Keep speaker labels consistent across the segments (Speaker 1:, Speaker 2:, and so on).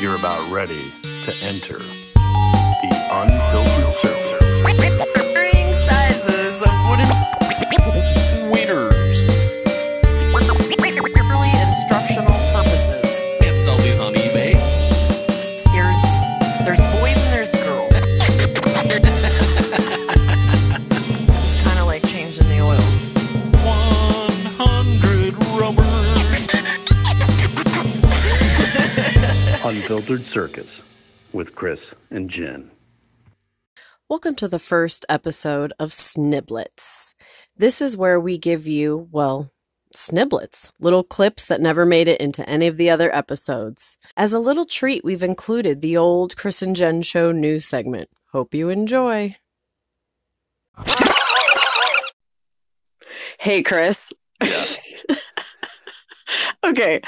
Speaker 1: You're about ready to enter the unfiltered circle.
Speaker 2: Varying sizes of wooden winners. Purely instructional purposes.
Speaker 3: Can't sell these on eBay.
Speaker 2: There's there's boys and there's girls. it's kind of like changing the oil.
Speaker 3: 100 rubbers.
Speaker 1: Unfiltered Circus with Chris and Jen.
Speaker 4: Welcome to the first episode of Sniblets. This is where we give you, well, sniblets, little clips that never made it into any of the other episodes. As a little treat, we've included the old Chris and Jen Show news segment. Hope you enjoy.
Speaker 5: Hey, Chris. okay.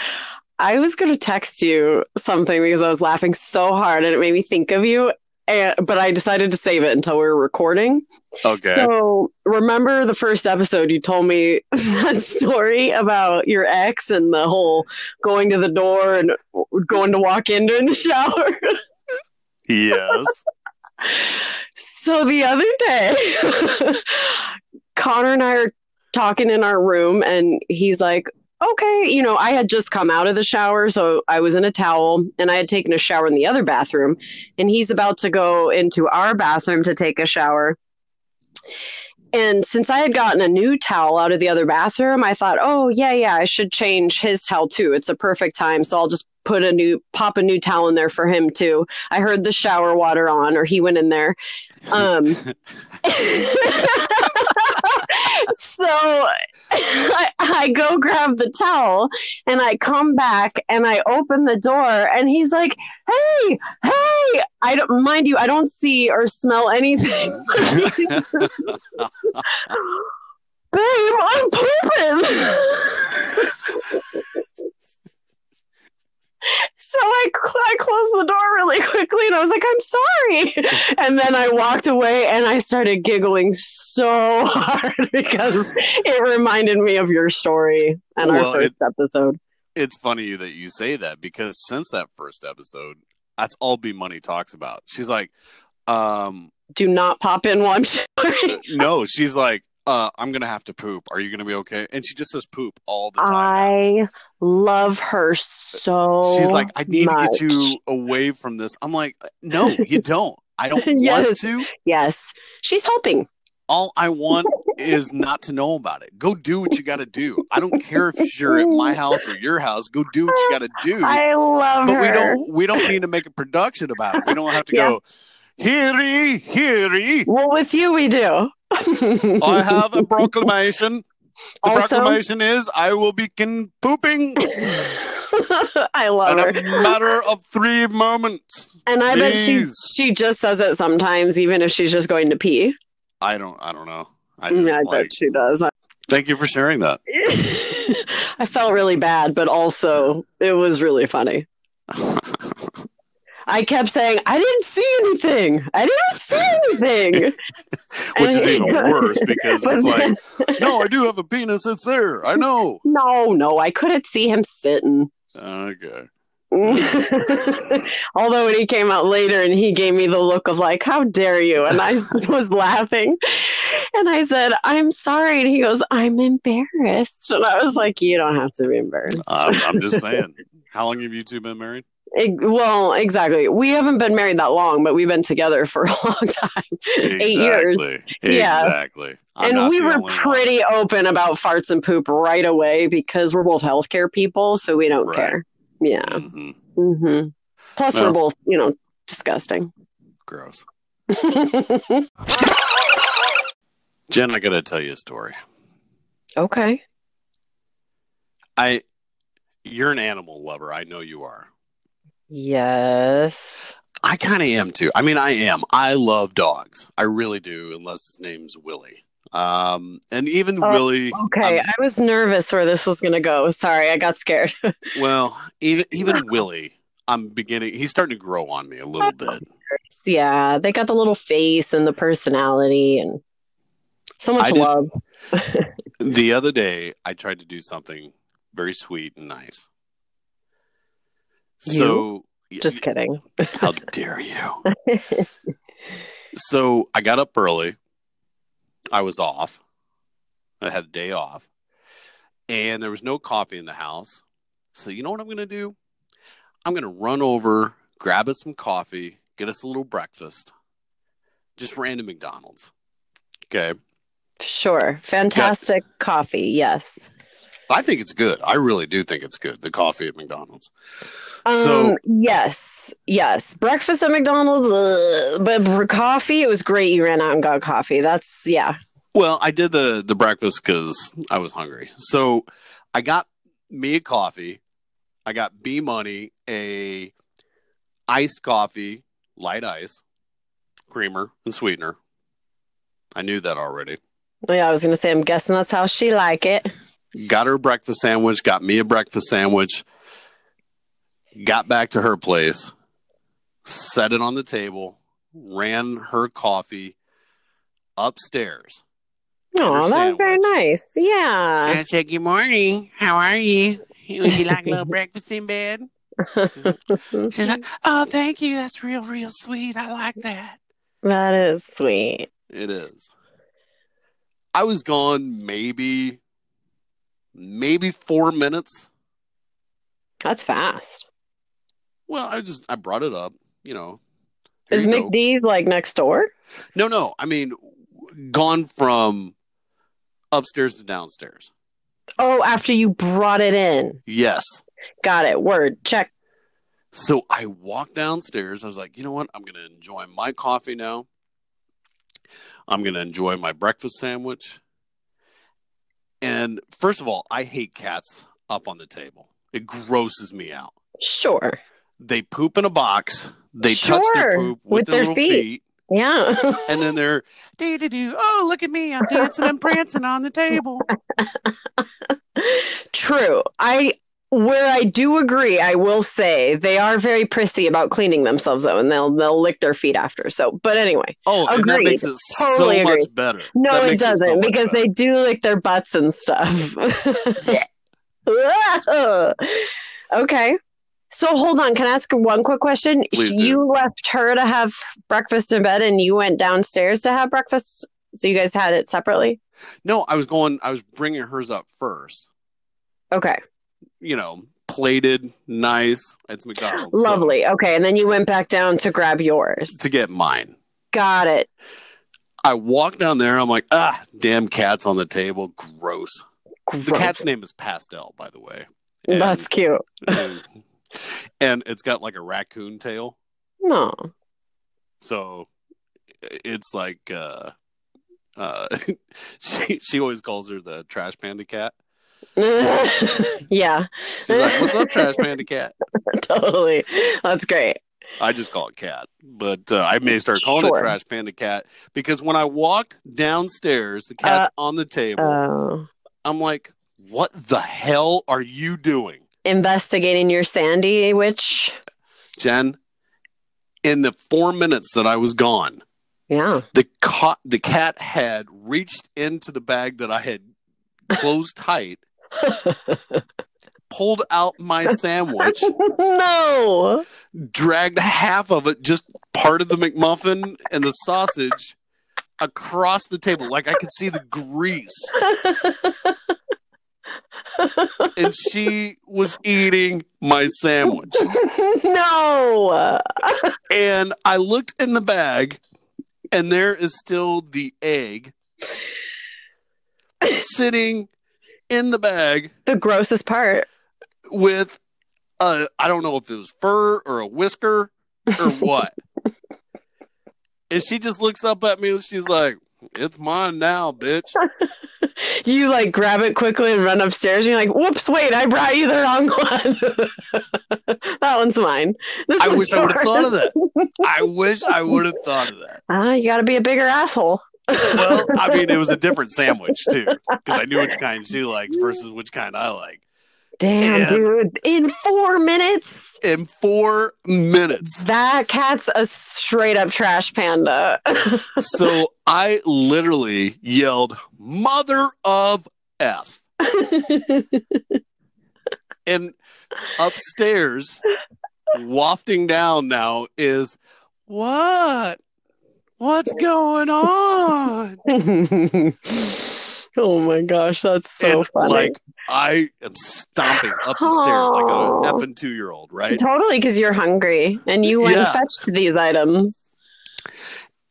Speaker 5: I was going to text you something because I was laughing so hard and it made me think of you. And, but I decided to save it until we were recording.
Speaker 3: Okay.
Speaker 5: So remember the first episode you told me that story about your ex and the whole going to the door and going to walk in during the shower.
Speaker 3: yes.
Speaker 5: So the other day, Connor and I are talking in our room, and he's like, Okay, you know, I had just come out of the shower, so I was in a towel and I had taken a shower in the other bathroom. And he's about to go into our bathroom to take a shower. And since I had gotten a new towel out of the other bathroom, I thought, oh, yeah, yeah, I should change his towel too. It's a perfect time. So I'll just put a new, pop a new towel in there for him too. I heard the shower water on, or he went in there. Um, so I, I go grab the towel and I come back and I open the door and he's like, "Hey, hey!" I don't mind you, I don't see or smell anything. Babe, I'm pooping. So I, cl- I closed the door really quickly and I was like, I'm sorry. And then I walked away and I started giggling so hard because it reminded me of your story and
Speaker 3: Well,
Speaker 5: our first episode.
Speaker 3: It's funny that you say that because since that first episode, that's all B Money talks about. She's like, um,
Speaker 5: Do not pop in while I'm showering.
Speaker 3: no, she's like, uh, I'm going to have to poop. Are you going to be okay? And she just says poop all the time. now.
Speaker 5: I love her so
Speaker 3: She's like, I need
Speaker 5: much.
Speaker 3: to get you away from this. I'm like, no, you don't. I don't want
Speaker 5: Yes.
Speaker 3: to.
Speaker 5: Yes. She's hoping.
Speaker 3: All I want is not to know about it. Go do what you got to do. I don't care if you're at my house or your house. Go do what you got to do.
Speaker 5: I love
Speaker 3: but
Speaker 5: her.
Speaker 3: we don't. We don't need to make a production about it. We don't have to
Speaker 5: Yeah.
Speaker 3: go. Heary, heary.
Speaker 5: Well, with you, we do.
Speaker 3: I have a proclamation. The
Speaker 5: Also-
Speaker 3: proclamation is I will be can pooping
Speaker 5: I
Speaker 3: in
Speaker 5: love
Speaker 3: a
Speaker 5: her.
Speaker 3: matter of three moments.
Speaker 5: And I bet she
Speaker 3: Please.
Speaker 5: she just says it sometimes, even if she's just going to pee.
Speaker 3: I don't. I don't know. I
Speaker 5: I,
Speaker 3: just like.
Speaker 5: bet she does.
Speaker 3: Thank you for sharing that.
Speaker 5: I felt really bad, but also it was really funny. I kept saying, I didn't see anything. I didn't see anything.
Speaker 3: Which is
Speaker 5: And-
Speaker 3: even worse because
Speaker 5: But
Speaker 3: it's
Speaker 5: then-
Speaker 3: like, no, I do have a penis. It's there. I know.
Speaker 5: no, no, I couldn't see him sitting.
Speaker 3: Okay.
Speaker 5: Although when he came out later and he gave me the look of like, how dare you? And I was laughing. And I said, I'm sorry. And he goes, I'm embarrassed. And I was like, you don't have to be embarrassed.
Speaker 3: I'm, I'm just saying. How long have you two been married?
Speaker 5: Ex- well, exactly. We haven't been married that long, but we've been together for a long time. Eight years.
Speaker 3: Exactly.
Speaker 5: Yeah.
Speaker 3: Exactly. I'm
Speaker 5: and
Speaker 3: not
Speaker 5: we
Speaker 3: the
Speaker 5: were
Speaker 3: only one.
Speaker 5: pretty open about farts and poop right away because we're both healthcare people. So we don't
Speaker 3: Right.
Speaker 5: care. Yeah.
Speaker 3: Mhm.
Speaker 5: hmm Plus,
Speaker 3: No.
Speaker 5: we're both, you know, disgusting.
Speaker 3: Gross. Jen, I gotta tell you a story.
Speaker 5: okay.
Speaker 3: I, you're an animal lover. I know you are.
Speaker 4: Yes.
Speaker 3: I kind of am too. I mean, I am. I love dogs. I really do. Unless his name's Willie. Um, and even
Speaker 5: Oh.
Speaker 3: Willie.
Speaker 5: Okay, I was nervous where this was going to go. Sorry, I got scared.
Speaker 3: Well, even even Willie. I'm beginning. He's starting to grow on me a little bit.
Speaker 5: yeah, they got the little face and the personality and so
Speaker 3: I
Speaker 5: much
Speaker 3: did-
Speaker 5: love.
Speaker 3: The other day, I tried to do something very sweet and nice. So
Speaker 5: Just kidding.
Speaker 3: How dare you? so I got up early. I was off. I had the day off. And there was no coffee in the house. So you know what I'm going to do? I'm going to run over, grab us some coffee, get us a little breakfast. Just random McDonald's. Okay.
Speaker 5: Sure. Fantastic coffee. Yes.
Speaker 3: I think it's good. I really do think it's good. The coffee at McDonald's.
Speaker 5: Um,
Speaker 3: So-
Speaker 5: yes, yes. Breakfast at McDonald's, ugh. but for coffee, it was great. You ran out and got coffee. That's yeah.
Speaker 3: Well, I did the the breakfast because I was hungry. So I got me a coffee. I got B money a iced coffee, light ice, creamer and sweetener. I knew that already.
Speaker 5: Yeah, I was gonna say. I'm guessing that's how she like it.
Speaker 3: Got her a breakfast sandwich. Got me a breakfast sandwich. Got back to her place, set it on the table, ran her coffee upstairs.
Speaker 5: Oh, that was very
Speaker 3: sandwich.
Speaker 5: nice. Yeah.
Speaker 3: I said, Good morning. How are you? Would you like a little breakfast in bed? She's like, she's like, Oh, thank you. That's real, real sweet. I like that.
Speaker 5: that is sweet.
Speaker 3: It is. I was gone maybe, maybe four minutes.
Speaker 5: That's fast.
Speaker 3: Well, I just, I brought it up, you know. Here
Speaker 5: Is
Speaker 3: you go.
Speaker 5: McD's like next door?
Speaker 3: No, no. I mean, gone from upstairs to downstairs.
Speaker 5: Oh, after you brought it in.
Speaker 3: Yes.
Speaker 5: Got it. Word. Check.
Speaker 3: So I walked downstairs. I was like, you know what? I'm going to enjoy my coffee now. I'm going to enjoy my breakfast sandwich. And first of all, I hate cats up on the table. It grosses me out.
Speaker 5: Sure.
Speaker 3: They poop in a box. They touch their
Speaker 5: Sure,
Speaker 3: poop with, their, little feet.
Speaker 5: Yeah.
Speaker 3: and then they're doo doo doo. Oh, look at me! I'm dancing and prancing on the table.
Speaker 5: True. I where I do agree, I will say they are very prissy about cleaning themselves though, and they'll they'll lick their feet after. So, but anyway,
Speaker 3: Oh, and that
Speaker 5: Agreed.
Speaker 3: makes it
Speaker 5: Totally
Speaker 3: so
Speaker 5: agree.
Speaker 3: much better.
Speaker 5: no,
Speaker 3: That
Speaker 5: it
Speaker 3: makes so
Speaker 5: doesn't
Speaker 3: much
Speaker 5: because
Speaker 3: better.
Speaker 5: they do lick their butts and stuff. Ugh. okay. So hold on. Can I ask one quick question?
Speaker 3: Please do.
Speaker 5: you left her to have breakfast in bed, and you went downstairs to have breakfast. So you guys had it separately.
Speaker 3: No, I was going. I was bringing hers up first.
Speaker 5: Okay,
Speaker 3: you know, plated, nice. It's McDonald's. so-
Speaker 5: lovely. Okay, and then you went back down to grab yours.
Speaker 3: to get mine.
Speaker 5: Got it.
Speaker 3: I walk down there. I'm like, ah, damn cat's on the table. Gross. The
Speaker 5: Gross.
Speaker 3: cat's name is Pastel, by the way. And-
Speaker 5: That's cute.
Speaker 3: and, and it's got like a raccoon tail.
Speaker 5: No.
Speaker 3: So it's like, uh, uh, she, she always calls her the trash panda cat.
Speaker 5: yeah,
Speaker 3: She's like, what's up, trash panda cat?
Speaker 5: totally. That's great.
Speaker 3: I just call it cat, but uh, I may start calling
Speaker 5: Sure.
Speaker 3: it trash panda cat because when I walked downstairs, the cat's on the table.
Speaker 5: Uh,
Speaker 3: I'm like, what the hell are you doing,
Speaker 5: investigating your Sandy witch.
Speaker 3: Jen? In the four minutes that I was gone,
Speaker 5: Yeah.
Speaker 3: the cat the cat had reached into the bag that I had closed tight, pulled out my sandwich,
Speaker 5: no.
Speaker 3: dragged half of it, just part of the McMuffin and the sausage across the table. Like I could see the grease. And she was eating my sandwich.
Speaker 5: no.
Speaker 3: And I looked in the bag, and there is still the egg sitting in the bag
Speaker 5: The grossest part.
Speaker 3: with a I don't know if it was fur or a whisker or what. and she just looks up at me and she's like, "It's mine now, bitch."
Speaker 5: You like grab it quickly and run upstairs. And you're like, whoops, wait, I brought you the wrong one. that one's mine. This
Speaker 3: I
Speaker 5: one's
Speaker 3: wish I would have
Speaker 5: yours.
Speaker 3: thought of that. I wish I would have thought of that.
Speaker 5: Ah, you got to be a bigger asshole.
Speaker 3: Well, I mean, it was a different sandwich too, because I knew which kind she likes versus which kind I like.
Speaker 5: Damn,
Speaker 3: Yeah.
Speaker 5: dude. In four minutes.
Speaker 3: In four minutes,
Speaker 5: That cat's a straight up trash panda.
Speaker 3: so I literally yelled, "Mother of f!" And upstairs wafting down now is what? What's going on?
Speaker 5: oh my gosh, that's so
Speaker 3: And,
Speaker 5: funny.
Speaker 3: like I am stomping up the stairs like
Speaker 5: Aw.
Speaker 3: a effing two year old, right?
Speaker 5: Totally, because you're hungry and you went
Speaker 3: Yeah.
Speaker 5: and fetched these items.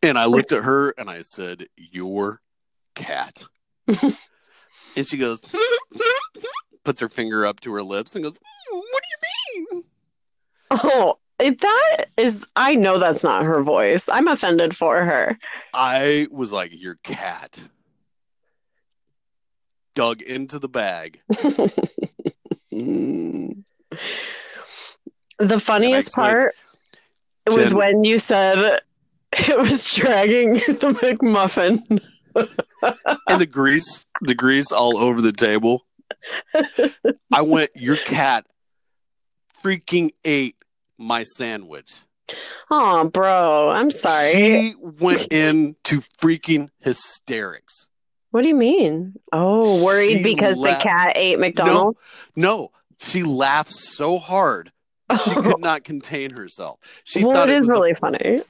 Speaker 3: And I looked at her and I said, Your cat. and she goes, puts her finger up to her lips and goes, "Hmm, What do you mean?
Speaker 5: Oh, if that is, I know that's not her voice. I'm offended for her.
Speaker 3: I was like, Your cat dug into the bag.
Speaker 5: Mm. The funniest
Speaker 3: explain-
Speaker 5: part was
Speaker 3: Jen-
Speaker 5: when you said it was dragging the McMuffin.
Speaker 3: And the grease, the grease all over the table. I went, Your cat freaking ate my sandwich.
Speaker 5: Oh, bro, I'm sorry.
Speaker 3: She went into freaking hysterics.
Speaker 5: what do you mean? Oh, worried
Speaker 3: She
Speaker 5: because
Speaker 3: left-
Speaker 5: the cat ate McDonald's.
Speaker 3: No, she laughed so hard she could not contain herself. She
Speaker 5: Oh, well,
Speaker 3: thought
Speaker 5: it
Speaker 3: it
Speaker 5: is
Speaker 3: was a-
Speaker 5: really funny.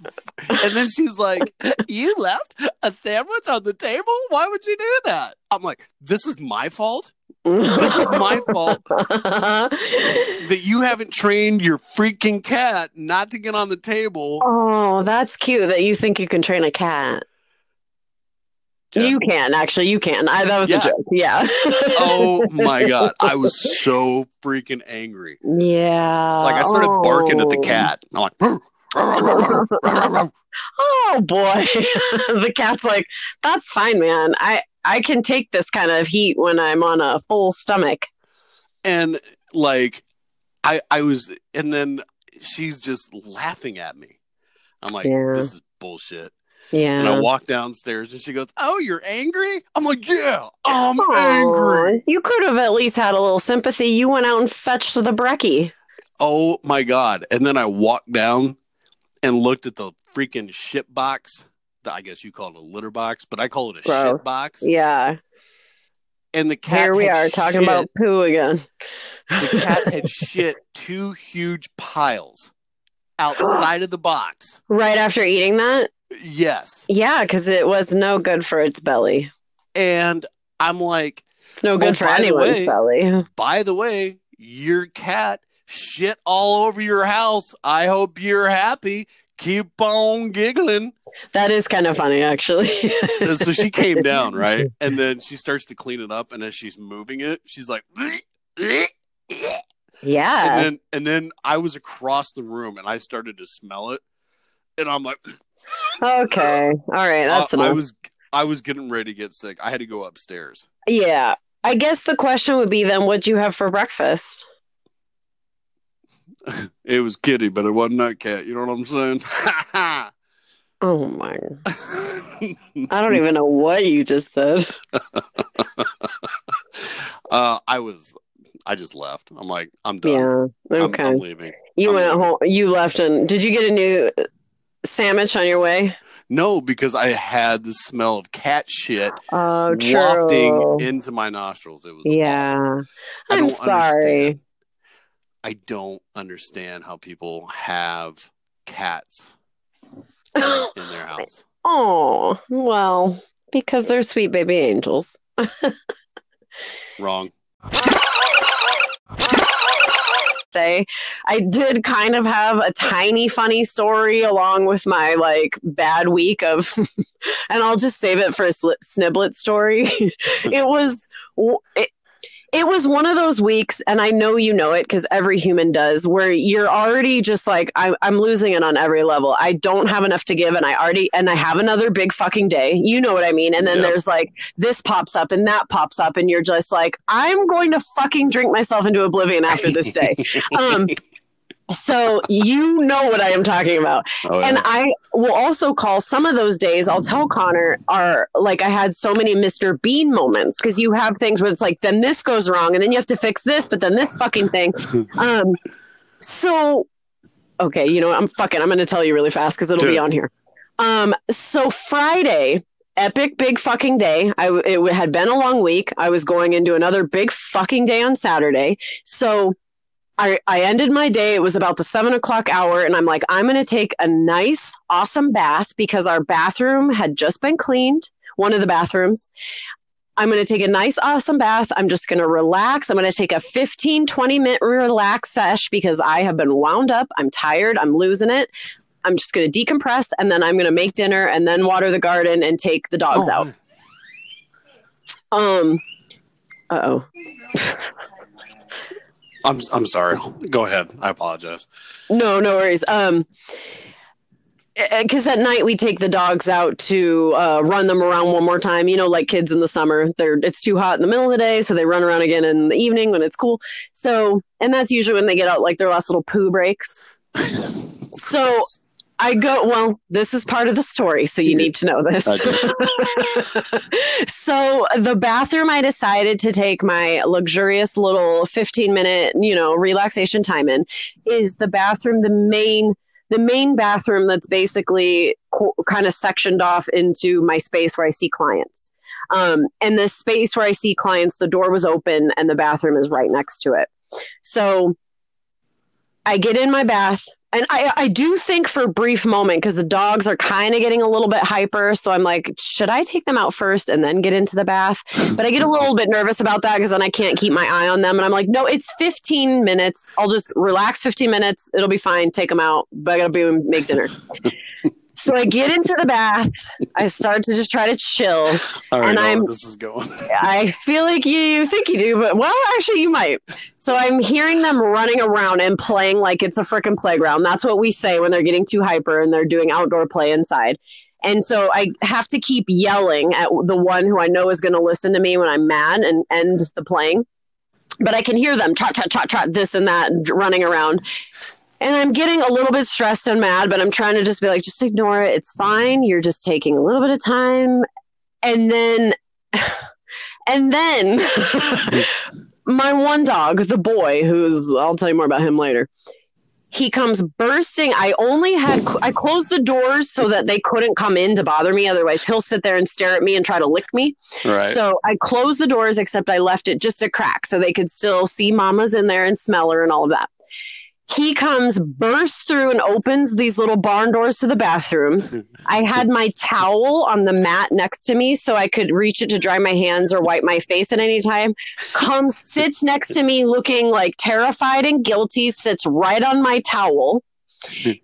Speaker 3: and then she's like, "You left a sandwich on the table. Why would you do that?" I'm like, "This is my fault. This is my fault that you haven't trained your freaking cat not to get on the table."
Speaker 5: Oh, that's cute that you think you can train a cat.
Speaker 3: Jen.
Speaker 5: You can actually, you can. I, that was
Speaker 3: Yeah.
Speaker 5: a joke. Yeah.
Speaker 3: Oh my god, I was so freaking angry.
Speaker 5: yeah.
Speaker 3: Like I started barking at the
Speaker 5: Oh.
Speaker 3: cat. I'm like, "Roo, roo, roo, roo, roo, roo."
Speaker 5: Oh boy. the cat's like, that's fine, man. I I can take this kind of heat when I'm on a full stomach.
Speaker 3: and like i i was and then she's just laughing at me i'm like
Speaker 5: Yeah.
Speaker 3: this is bullshit and i
Speaker 5: Yeah.
Speaker 3: walk downstairs and she goes oh you're angry i'm like yeah i'm
Speaker 5: Aw,
Speaker 3: angry
Speaker 5: You could have at least had a little sympathy. You went out and fetched the brekkie.
Speaker 3: oh my god and then i walked down and looked at the freaking shit box i guess you call it a litter box but i call it a
Speaker 5: Gross.
Speaker 3: shit box
Speaker 5: Yeah.
Speaker 3: and the cat
Speaker 5: Here we
Speaker 3: had
Speaker 5: are talking
Speaker 3: shit-
Speaker 5: about poo again.
Speaker 3: the cat had shit two huge piles outside of the box
Speaker 5: Right after eating that?
Speaker 3: yes
Speaker 5: Yeah, because it was no good for its belly.
Speaker 3: and I'm like,
Speaker 5: No good
Speaker 3: Oh,
Speaker 5: for
Speaker 3: by the
Speaker 5: anyone's
Speaker 3: way-
Speaker 5: belly.
Speaker 3: by the way, your cat shit all over your house. I hope you're happy. Keep on giggling.
Speaker 5: That is kind of funny, actually.
Speaker 3: And so she came down, right? And then she starts to clean it up. And as she's moving it, she's like, and
Speaker 5: yeah.
Speaker 3: then and then I was across the room and I started to smell it. And I'm like,
Speaker 5: okay. All right. That's
Speaker 3: Uh, I- I
Speaker 5: enough.
Speaker 3: was I was getting ready to get sick. I had to go upstairs.
Speaker 5: Yeah. I guess the question would be then, what'd you have for breakfast?
Speaker 3: It was kitty, but it wasn't that cat. You know what I'm
Speaker 5: Oh my.
Speaker 3: saying?
Speaker 5: I don't even know what you just said.
Speaker 3: uh, I was, I just left. I'm like, I'm done.
Speaker 5: Yeah.
Speaker 3: I'm-
Speaker 5: Okay.
Speaker 3: I'm, leaving.
Speaker 5: you
Speaker 3: I'm
Speaker 5: went
Speaker 3: leaving.
Speaker 5: home. You left and did you get a new sandwich on your way?
Speaker 3: No, because I had the smell of cat shit
Speaker 5: Oh, true.
Speaker 3: wafting into my nostrils. It was awful.
Speaker 5: yeah.
Speaker 3: I
Speaker 5: I'm
Speaker 3: don't
Speaker 5: sorry.
Speaker 3: Understand. I don't understand how people have cats in their house.
Speaker 5: oh, well, because they're sweet baby angels.
Speaker 3: Wrong.
Speaker 5: say I did kind of have a tiny funny story along with my like bad week of, and I'll just save it for a sli sniblet story. it was. It, it was one of those weeks, and I know you know it because every human does, where you're already just like, I'm, I'm losing it on every level. I don't have enough to give, and I already, and I have another big fucking day. You know what I mean? And then
Speaker 3: Yeah.
Speaker 5: there's like, this pops up and that pops up, and you're just like, I'm going to fucking drink myself into oblivion after this day. um, so you know what I am talking about.
Speaker 3: Oh,
Speaker 5: And I will also call some of those days, I'll tell Connor, are like I had so many Mr. Bean moments because you have things where it's like, then this goes wrong and then you have to fix this, but then this fucking thing. Um, so, okay, you know what? I'm fucking, I'm going to tell you really fast because it'll
Speaker 3: Do
Speaker 5: be
Speaker 3: it.
Speaker 5: on here. Um, so Friday, epic big fucking day. I, it had been a long week. I was going into another big fucking day on Saturday. So I, I ended my day. It was about the seven o'clock hour, and I'm like, I'm going to take a nice, awesome bath because our bathroom had just been cleaned, one of the bathrooms. I'm going to take a nice, awesome bath. I'm just going to relax. I'm going to take a 15, 20 minute relax sesh because I have been wound up. I'm tired. I'm losing it. I'm just going to decompress and then I'm going to make dinner and then water the garden and take the dogs
Speaker 3: Oh,
Speaker 5: out. Um, uh oh.
Speaker 3: I'm I'm sorry. Go ahead. I apologize.
Speaker 5: No, no worries. Um, because at night we take the dogs out to uh, run them around one more time. You know, like kids in the summer, they're it's too hot in the middle of the day, so they run around again in the evening when it's cool. So, and that's usually when they get out like their last little poo breaks. so I go. Well, this is part of the story, so you need to know this. so the bathroom, I decided to take my luxurious little fifteen minute, you know, relaxation time in is the bathroom the main the main bathroom that's basically co- kind of sectioned off into my space where I see clients. Um, and the space where I see clients, the door was open and the bathroom is right next to it. So I get in my bath. And I, I do think for a brief moment, because the dogs are kind of getting a little bit hyper. So I'm like, should I take them out first and then get into the bath? But I get a little bit nervous about that because then I can't keep my eye on them. And I'm like, no, it's 15 minutes. I'll just relax 15 minutes. It'll be fine. Take them out. But I got to be make dinner. so I get into the bath. I start to just try to chill.
Speaker 3: All right,
Speaker 5: And
Speaker 3: know where
Speaker 5: I'm-
Speaker 3: this is going.
Speaker 5: I feel like you think you do, but well, actually, you might. So I'm hearing them running around and playing like it's a freaking playground. That's what we say when they're getting too hyper and they're doing outdoor play inside. And so I have to keep yelling at the one who I know is going to listen to me when I'm mad and end the playing. But I can hear them trot, trot, trot, trot, this and that, and running around. And I'm getting a little bit stressed and mad, but I'm trying to just be like, just ignore it. It's fine. You're just taking a little bit of time. And then and then my one dog, the boy, who's I'll tell you more about him later. He comes bursting. I only had I closed the doors so that they couldn't come in to bother me. Otherwise, he'll sit there and stare at me and try to lick me.
Speaker 3: Right.
Speaker 5: So I closed the doors, except I left it just a crack so they could still see mama's in there and smell her and all of that. He comes, bursts through, and opens these little barn doors to the bathroom. I had my towel on the mat next to me so I could reach it to dry my hands or wipe my face at any time. Comes, sits next to me, looking like terrified and guilty, sits right on my towel.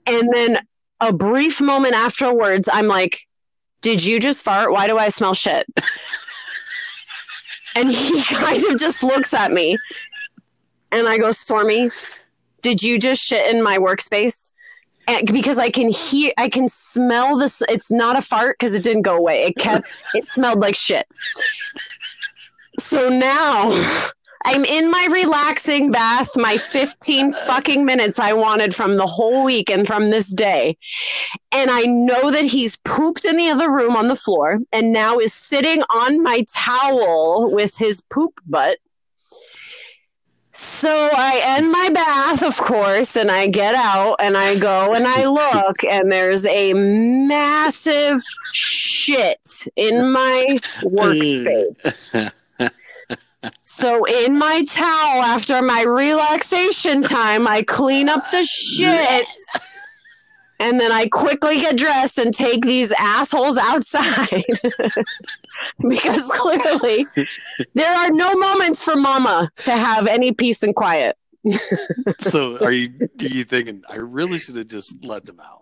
Speaker 5: And then a brief moment afterwards, I'm like, Did you just fart? Why do I smell shit? And he kind of just looks at me. And I go, Stormy, did you just shit in my workspace? And because I can hear, I can smell this. It's not a fart because it didn't go away. It kept, it smelled like shit. So now I'm in my relaxing bath, my 15 fucking minutes I wanted from the whole week and from this day and I know that he's pooped in the other room on the floor and now is sitting on my towel with his poop butt. So I end my bath, of course, and I get out and I go and I look, and there's a massive shit in my workspace. So in my towel after my relaxation time, I clean up the shit. And then I quickly get dressed and take these assholes outside because clearly there are no moments for mama to have any peace and quiet.
Speaker 3: so are you are you thinking I really should have just let them out?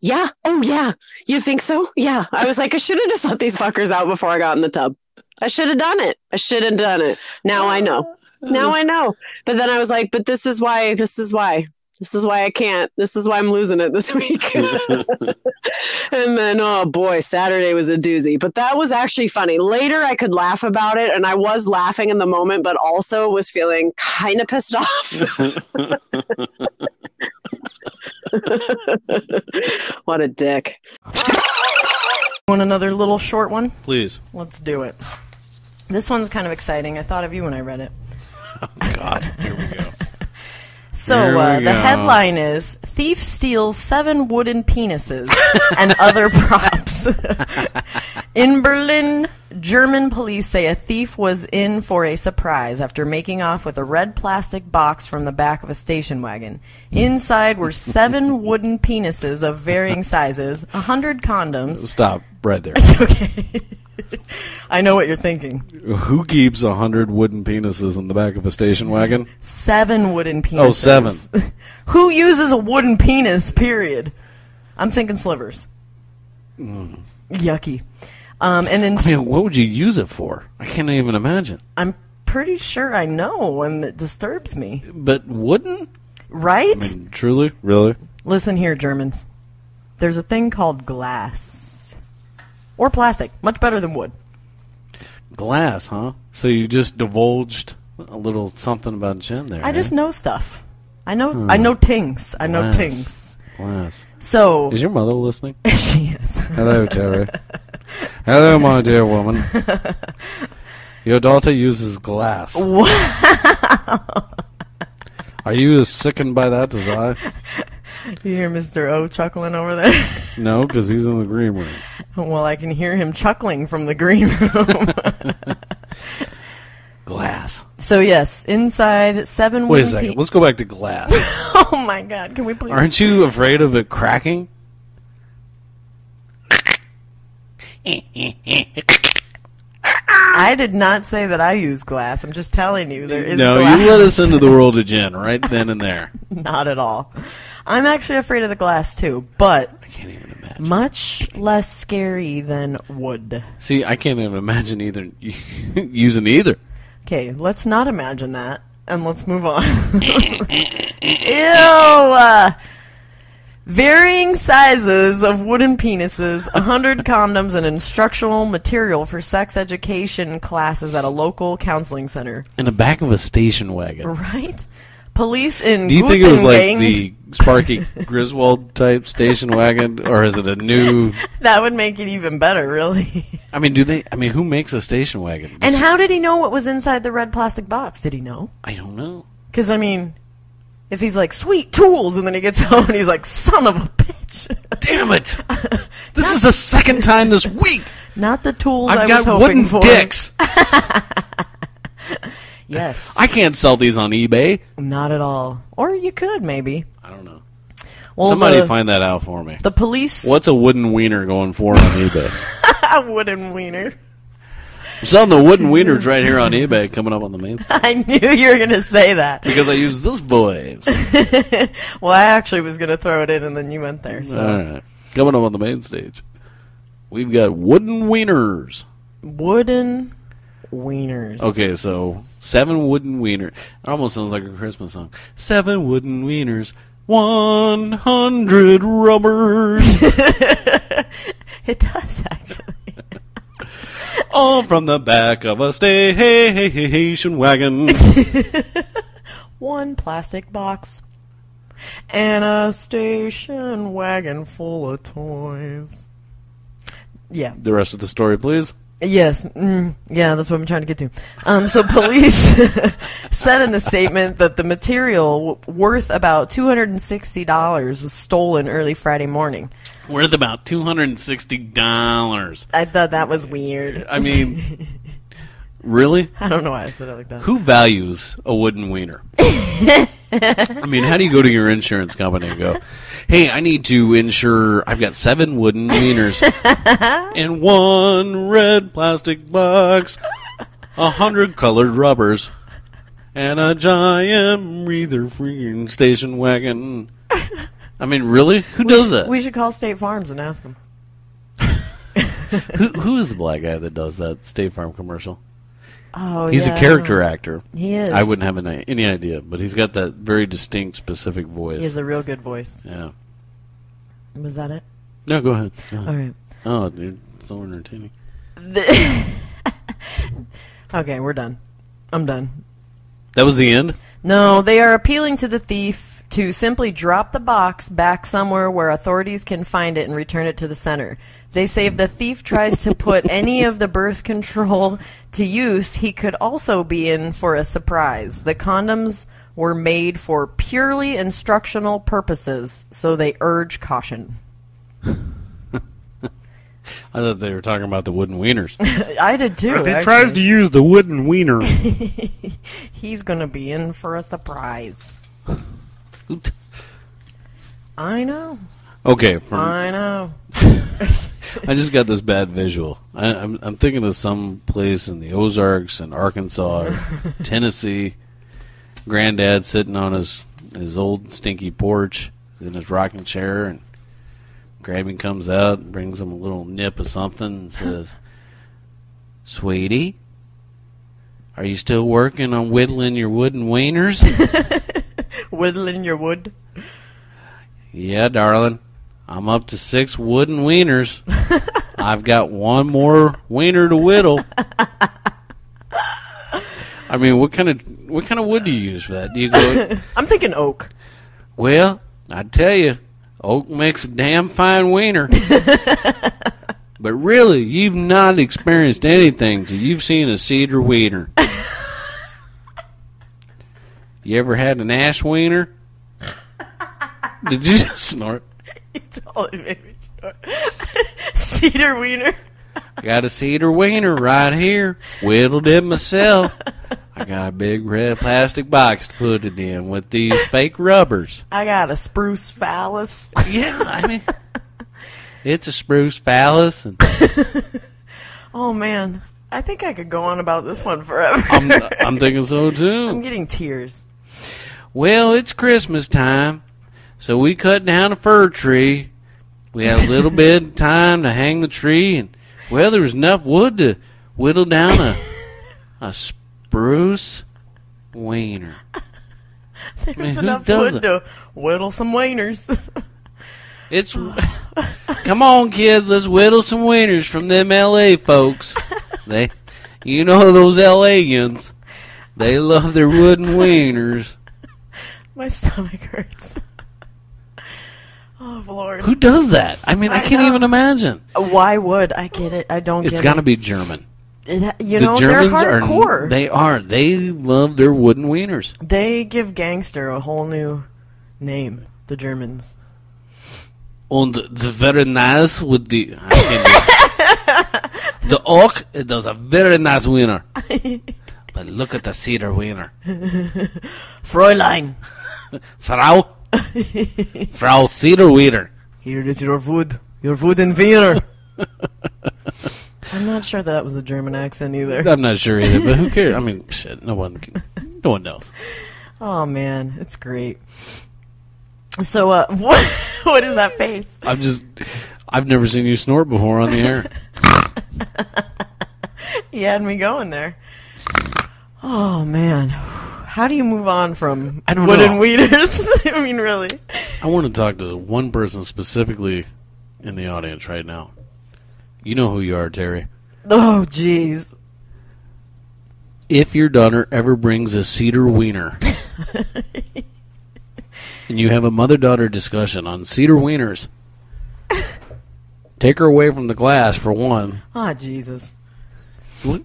Speaker 5: Yeah. Oh, yeah. You think so? Yeah. I was like, I should have just let these fuckers out before I got in the tub. I should have done it. I should have done it. Now I know. Now I know. But then I was like, but this is why, this is why, this is why I can't. This is why I'm losing it this week. and then, oh boy, Saturday was a doozy. But that was actually funny. Later, I could laugh about it. And I was laughing in the moment, but also was feeling kind of pissed off. what a dick.
Speaker 6: Want another little short one?
Speaker 7: Please.
Speaker 6: Let's do it.
Speaker 7: Oh,
Speaker 6: This one's kind of exciting. I thought of you when I read it.
Speaker 7: God, here we go.
Speaker 6: So
Speaker 7: Here we
Speaker 6: uh, the
Speaker 7: go.
Speaker 6: headline is Thief Steals Seven Wooden Penises and Other Props. in Berlin, German police say a thief was in for a surprise after making off with a red plastic box from the back of a station wagon. Inside were seven wooden penises of varying sizes, a hundred condoms.
Speaker 7: Stop right there.
Speaker 6: Okay. I know what you're thinking.
Speaker 7: Who keeps a hundred wooden penises in the back of a station wagon?
Speaker 6: Seven wooden penises.
Speaker 7: Oh, seven.
Speaker 6: Who uses a wooden penis, period? I'm thinking slivers.
Speaker 7: Hmm.
Speaker 6: Yucky. Um, and in,
Speaker 7: Man, what would you use it for? I can't even imagine.
Speaker 6: I'm pretty sure I know, and it disturbs me.
Speaker 7: But wooden?
Speaker 6: Right?
Speaker 7: I mean, truly, really?
Speaker 6: Listen here, Germans. There's a thing called glass. Or plastic. Much better than wood.
Speaker 7: Glass, huh? So you just divulged a little something about Jen there.
Speaker 6: I just
Speaker 7: eh?
Speaker 6: know stuff. I know I know tings. I know
Speaker 7: Hmm. Glass.
Speaker 6: tings.
Speaker 7: Glass.
Speaker 6: So
Speaker 7: Is your mother listening?
Speaker 6: she is.
Speaker 7: Hello, Terry. Hello, my dear woman. Your daughter uses glass. Wow. Are you as sickened by that as I?
Speaker 6: You hear Mr. O chuckling over there?
Speaker 7: No, because he's in the green room.
Speaker 6: Well, I can hear him chuckling from the green room.
Speaker 7: Glass.
Speaker 6: so yes, inside seven.
Speaker 7: Wait a
Speaker 6: wooden
Speaker 7: second.
Speaker 6: pe-
Speaker 7: Let's go back to glass.
Speaker 6: oh my God! Can we please?
Speaker 7: Aren't you afraid of it cracking?
Speaker 6: I did not say that I use glass. I'm just telling you there is.
Speaker 7: no,
Speaker 6: glass.
Speaker 7: you let us into the world of Jen right then and there.
Speaker 6: Not at all. I'm actually afraid of the glass too, but
Speaker 7: I can't even imagine.
Speaker 6: much less scary than wood.
Speaker 7: See, I can't even imagine either using either.
Speaker 6: Okay, let's not imagine that, and let's move on. Ew! uh, Varying sizes of wooden penises, a 100 condoms, and instructional material for sex education classes at a local counseling center.
Speaker 7: In the back of a station wagon.
Speaker 6: Right? Police in
Speaker 7: Do you think it was like
Speaker 6: Gutengang-
Speaker 7: the Sparky Griswold type station wagon, or is it a new?
Speaker 6: That would make it even better, really.
Speaker 7: I mean, do they? I mean, who makes a station wagon?
Speaker 6: and how did he know what was inside the red plastic box? Did he know?
Speaker 7: I don't know.
Speaker 6: Because, I mean, if he's like, sweet tools, and then he gets home and he's like, son of a bitch.
Speaker 7: Damn it! This is the second time this week
Speaker 6: Not the tools i was
Speaker 7: I've got
Speaker 6: hoping
Speaker 7: wooden
Speaker 6: for.
Speaker 7: dicks.
Speaker 6: Yes,
Speaker 7: I can't sell these on eBay.
Speaker 6: not at all. Or you could maybe.
Speaker 7: I don't know.
Speaker 6: Well,
Speaker 7: Somebody
Speaker 6: the,
Speaker 7: find that out for me.
Speaker 6: the police.
Speaker 7: What's a wooden wiener going for on eBay?
Speaker 6: a wooden wiener?
Speaker 7: I'm selling the wooden wieners right here on eBay, coming up on the main
Speaker 6: I knew you were gonna say that.
Speaker 7: because I use this voice.
Speaker 6: Well, I actually was gonna throw it in, and then you went there. So
Speaker 7: All right. Coming up on the main stage, we've got wooden wieners.
Speaker 6: wooden wieners.
Speaker 7: Okay, so seven wooden wieners. It almost sounds like a Christmas song. Seven wooden wieners, 100 rubbers,
Speaker 6: It does actually.
Speaker 7: all from the back of a station wagon.
Speaker 6: One plastic box and a station wagon full of toys. Yeah.
Speaker 7: the rest of the story, please.
Speaker 6: Yes. Mm, yeah, that's what I'm trying to get to. Um, so police said in a statement that the material w- worth about $260 was stolen early Friday morning.
Speaker 7: Worth about $260.
Speaker 6: I thought that was weird.
Speaker 7: I mean, really?
Speaker 6: I don't know why I said it like that.
Speaker 7: Who values a wooden wiener? I mean, how do you go to your insurance company and go, "Hey, I need to insure. I've got seven wooden wieners and one red plastic box, a hundred colored rubbers, and a giant breather freaking station wagon." I mean, really? Who does that?
Speaker 6: We should call State Farms and ask them.
Speaker 7: who, who is the black guy that does that State Farm commercial?
Speaker 6: Oh,
Speaker 7: He's
Speaker 6: yeah,
Speaker 7: a
Speaker 6: I
Speaker 7: character actor.
Speaker 6: know. He is.
Speaker 7: I wouldn't have any, any idea, but he's got that very distinct, specific voice.
Speaker 6: He has a real good voice.
Speaker 7: yeah.
Speaker 6: Was that it?
Speaker 7: No, go ahead. Go ahead.
Speaker 6: All right.
Speaker 7: Oh, dude, it's so entertaining.
Speaker 6: Okay, we're done. I'm done.
Speaker 7: That was the end.
Speaker 6: No, they are appealing to the thief to simply drop the box back somewhere where authorities can find it and return it to the center. They say if the thief tries to put any of the birth control to use, he could also be in for a surprise. The condoms were made for purely instructional purposes, so they urge caution.
Speaker 7: I thought they were talking about the wooden wieners.
Speaker 6: I did too.
Speaker 8: If he
Speaker 6: actually.
Speaker 8: tries to use the wooden wiener,
Speaker 6: He's going to be in for a surprise.
Speaker 7: Oot.
Speaker 6: I know.
Speaker 7: okay, from,
Speaker 6: I know.
Speaker 7: I just got this bad visual. I, I'm, I'm thinking of some place in the Ozarks in Arkansas, or Tennessee. Granddad sitting on his his old stinky porch in his rocking chair, and Grammy comes out and brings him a little nip of something and says, "Sweetie, are you still working on whittling your wooden wieners?"
Speaker 6: Whittling your wood.
Speaker 7: Yeah, darling. I'm up to six wooden wieners. I've got one more wiener to whittle. I mean, what kind of what kind of wood do you use for that? Do you go?
Speaker 6: I'm thinking oak.
Speaker 7: well, I tell you, oak makes a damn fine wiener. but really, you've not experienced anything till you've seen a cedar wiener. you ever had an ash wiener? Did you just snort?
Speaker 6: You totally made me snort. Cedar wiener.
Speaker 7: Got a cedar wiener right here. Whittled it myself. I got a big red plastic box to put it in with these fake rubbers.
Speaker 6: I got a spruce phallus.
Speaker 7: Yeah, I mean, it's a spruce phallus, and
Speaker 6: Oh man, I think I could go on about this one forever.
Speaker 7: I'm, I'm thinking so
Speaker 6: I'm
Speaker 7: too.
Speaker 6: getting tears.
Speaker 7: Well, it's Christmas time, so we cut down a fir tree. We had a little bit of time to hang the tree, and well, there was enough wood to whittle down a a spruce wiener.
Speaker 6: There's
Speaker 7: Man, who
Speaker 6: enough
Speaker 7: does
Speaker 6: wood
Speaker 7: it?
Speaker 6: to whittle some wieners.
Speaker 7: It's come on, kids. Let's whittle some wieners from them L.A. folks. They, you know those L.A.ians. They love their wooden wieners.
Speaker 6: My stomach hurts. Oh Lord.
Speaker 7: Who does that? I mean, I can't even imagine.
Speaker 6: Why would I get it? I don't
Speaker 7: It's
Speaker 6: get
Speaker 7: got to
Speaker 6: it.
Speaker 7: be German.
Speaker 6: It- you
Speaker 7: the
Speaker 6: know
Speaker 7: Germans
Speaker 6: they're hardcore.
Speaker 7: are. They are. They love their wooden wieners.
Speaker 6: They give gangster a whole new name. The Germans.
Speaker 7: And it's very nice with the. I can't do it. the oak. It does a very nice wiener. But look at the cedar wiener.
Speaker 6: Fräulein,
Speaker 7: Frau. Frau Cedar Wiener.
Speaker 6: here is your wood. Your wooden wiener. I'm not sure that was a German accent either.
Speaker 7: I'm not sure either, but who cares? I mean, shit, no one, can- no one knows.
Speaker 6: Oh man, it's great. So uh, what? What is that face?
Speaker 7: I'm just, I've never seen you snort before on the air.
Speaker 6: He had me going there. Oh man, how do you move on from
Speaker 7: I don't
Speaker 6: wooden
Speaker 7: know.
Speaker 6: weeders? I mean, really?
Speaker 7: I want to talk to one person specifically in the audience right now. You know who you are, Terry.
Speaker 6: Oh jeez.
Speaker 7: If your daughter ever brings a cedar wiener, and you have a mother-daughter discussion on cedar wieners, take her away from the glass for one.
Speaker 6: Ah Jesus.
Speaker 7: What?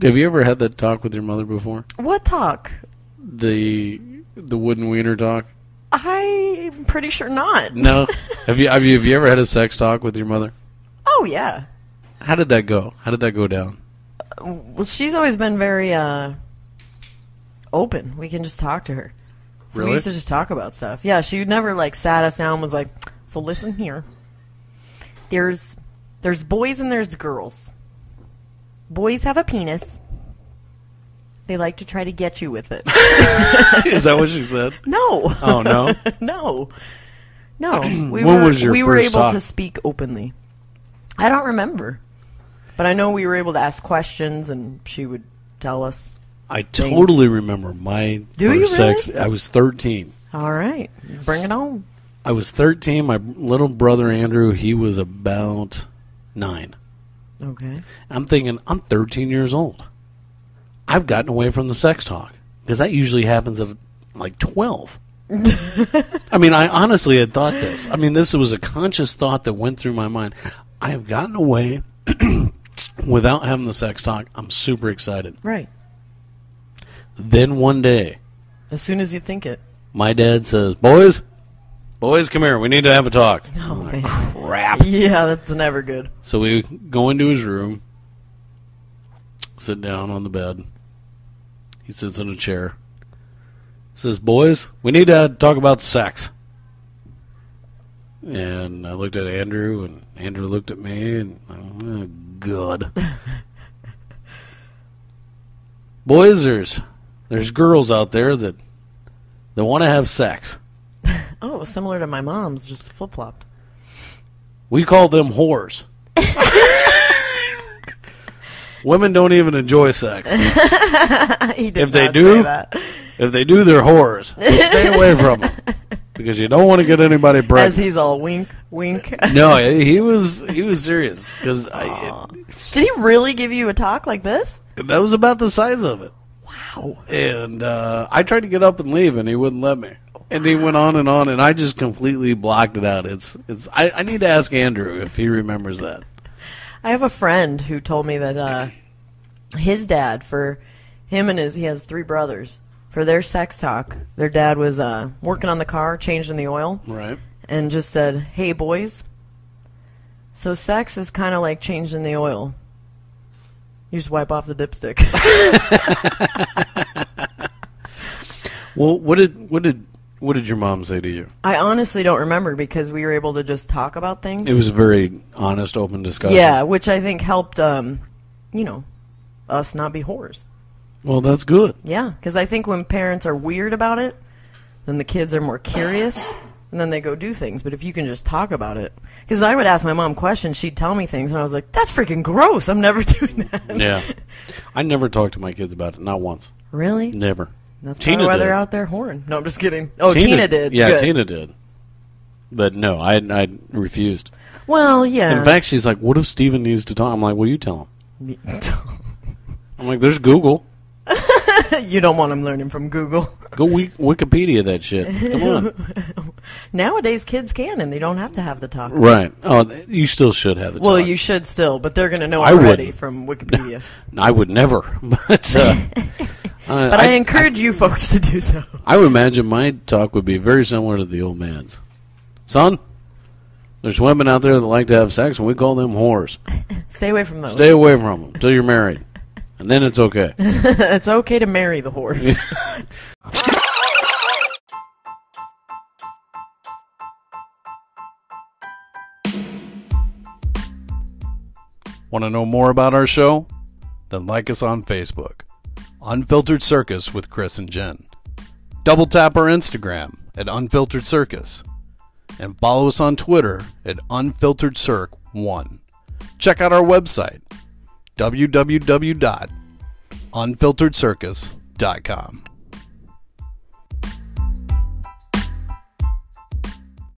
Speaker 7: Have you ever had that talk with your mother before?
Speaker 6: What talk?
Speaker 7: The the wooden wiener talk?
Speaker 6: I'm pretty sure not.
Speaker 7: No. have you have you have you ever had a sex talk with your mother?
Speaker 6: Oh yeah.
Speaker 7: How did that go? How did that go down?
Speaker 6: Well, she's always been very uh, open. We can just talk to her. So
Speaker 7: Really?
Speaker 6: We used to just talk about stuff. Yeah, she never like sat us down and was like, "So listen here. There's there's boys and there's girls. Boys have a penis. They like to try to get you with it.
Speaker 7: Is that what she said?
Speaker 6: no,
Speaker 7: Oh no.
Speaker 6: no, no. We
Speaker 7: When
Speaker 6: were
Speaker 7: was your
Speaker 6: we were
Speaker 7: first
Speaker 6: able
Speaker 7: talk?
Speaker 6: to speak openly. I don't remember, but I know we were able to ask questions, and she would tell us
Speaker 7: I totally remember my
Speaker 6: Do you
Speaker 7: first sex. I was 13.
Speaker 6: All right, bring it on.
Speaker 7: I was 13. My little brother Andrew, he was about 9.
Speaker 6: Okay.
Speaker 7: I'm thinking I'm 13 years old. I've gotten away from the sex talk because that usually happens at like 12. I mean, I honestly had thought this. I mean, this was a conscious thought that went through my mind. I have gotten away without having the sex talk. I'm super excited.
Speaker 6: Right.
Speaker 7: Then one day,
Speaker 6: As soon as you think it.
Speaker 7: My dad says, "Boys, boys, come here. We need to have a talk."
Speaker 6: Oh,
Speaker 7: I'm like,
Speaker 6: man.
Speaker 7: Crap.
Speaker 6: Yeah, that's never good.
Speaker 7: So we go into his room, sit down on the bed. He sits in a chair. Says, "Boys, we need to talk about sex." And I looked at Andrew, and Andrew looked at me, and oh, God. Boys, there's there's girls out there that that want to have sex.
Speaker 6: Oh, similar to my mom's, just flip flopped.
Speaker 7: We call them whores. Women don't even enjoy sex. If they do- If they do, they're whores. Stay away from them because you don't want to get anybody
Speaker 6: as
Speaker 7: pregnant.
Speaker 6: he's all wink, wink.
Speaker 7: No, he was he was serious because that
Speaker 6: Did he really give you a talk like this?
Speaker 7: was about the size of it.
Speaker 6: Wow.
Speaker 7: And uh, I tried to get up and leave, and he wouldn't let me. And he went on and on, and I just completely blocked it out. It's it's. I, I need to ask Andrew if he remembers that.
Speaker 6: I have a friend who told me that uh, his dad, for him and his, he has three brothers. For their sex talk, their dad was uh, working on the car, changing the oil,
Speaker 7: Right.
Speaker 6: and just said, "Hey boys." So sex is kind of like changing the oil. You just wipe off the dipstick.
Speaker 7: Well, what did what did what did your mom say to you?
Speaker 6: I honestly don't remember because we were able to just talk about things.
Speaker 7: It was a very honest, open discussion.
Speaker 6: yeah, which I think helped, um, you know, us not be whores.
Speaker 7: Well, that's good.
Speaker 6: Yeah, because I think when parents are weird about it, then the kids are more curious, and then they go do things. But if you can just talk about it, because I would ask my mom questions, she'd tell me things, and I was like, "That's freaking gross! I'm never doing that."
Speaker 7: Yeah. I never talked to my kids about it. Not once.
Speaker 6: Really?
Speaker 7: Never.
Speaker 6: That's
Speaker 7: Tina
Speaker 6: probably why
Speaker 7: did.
Speaker 6: they're out there whoring. No, I'm just kidding. Oh, Tina, did.
Speaker 7: Yeah,
Speaker 6: Good.
Speaker 7: Tina did. But no, I I refused.
Speaker 6: Well, yeah.
Speaker 7: In fact, she's like, "What if Steven needs to talk?" I'm like, "Well, you tell him."
Speaker 6: you
Speaker 7: I'm like, "There's Google.
Speaker 6: don't want them learning from Google.
Speaker 7: Go wik- Wikipedia that shit. Come on."
Speaker 6: Nowadays, kids can, and they don't have to have the talk.
Speaker 7: right. Oh, th- you still should have the.
Speaker 6: Well,
Speaker 7: talk.
Speaker 6: you should still, but they're going to know
Speaker 7: I
Speaker 6: already
Speaker 7: wouldn't.
Speaker 6: from Wikipedia.
Speaker 7: I would never. But. Uh, I,
Speaker 6: But I,
Speaker 7: I-
Speaker 6: encourage you folks to do so.
Speaker 7: I would imagine my talk would be very similar to the old man's. Son, there's women out there that like to have sex, and we call them whores.
Speaker 6: Stay away from those.
Speaker 7: Stay away from them till you're married, and then it's okay.
Speaker 6: It's okay to marry the horse.
Speaker 9: Want to know more about our show? Then like us on Facebook. Unfiltered Circus with Chris and Jen. Double tap our Instagram at Unfiltered Circus. And follow us on Twitter at UnfilteredCirc1. Check out our website, www.unfilteredcircus.com.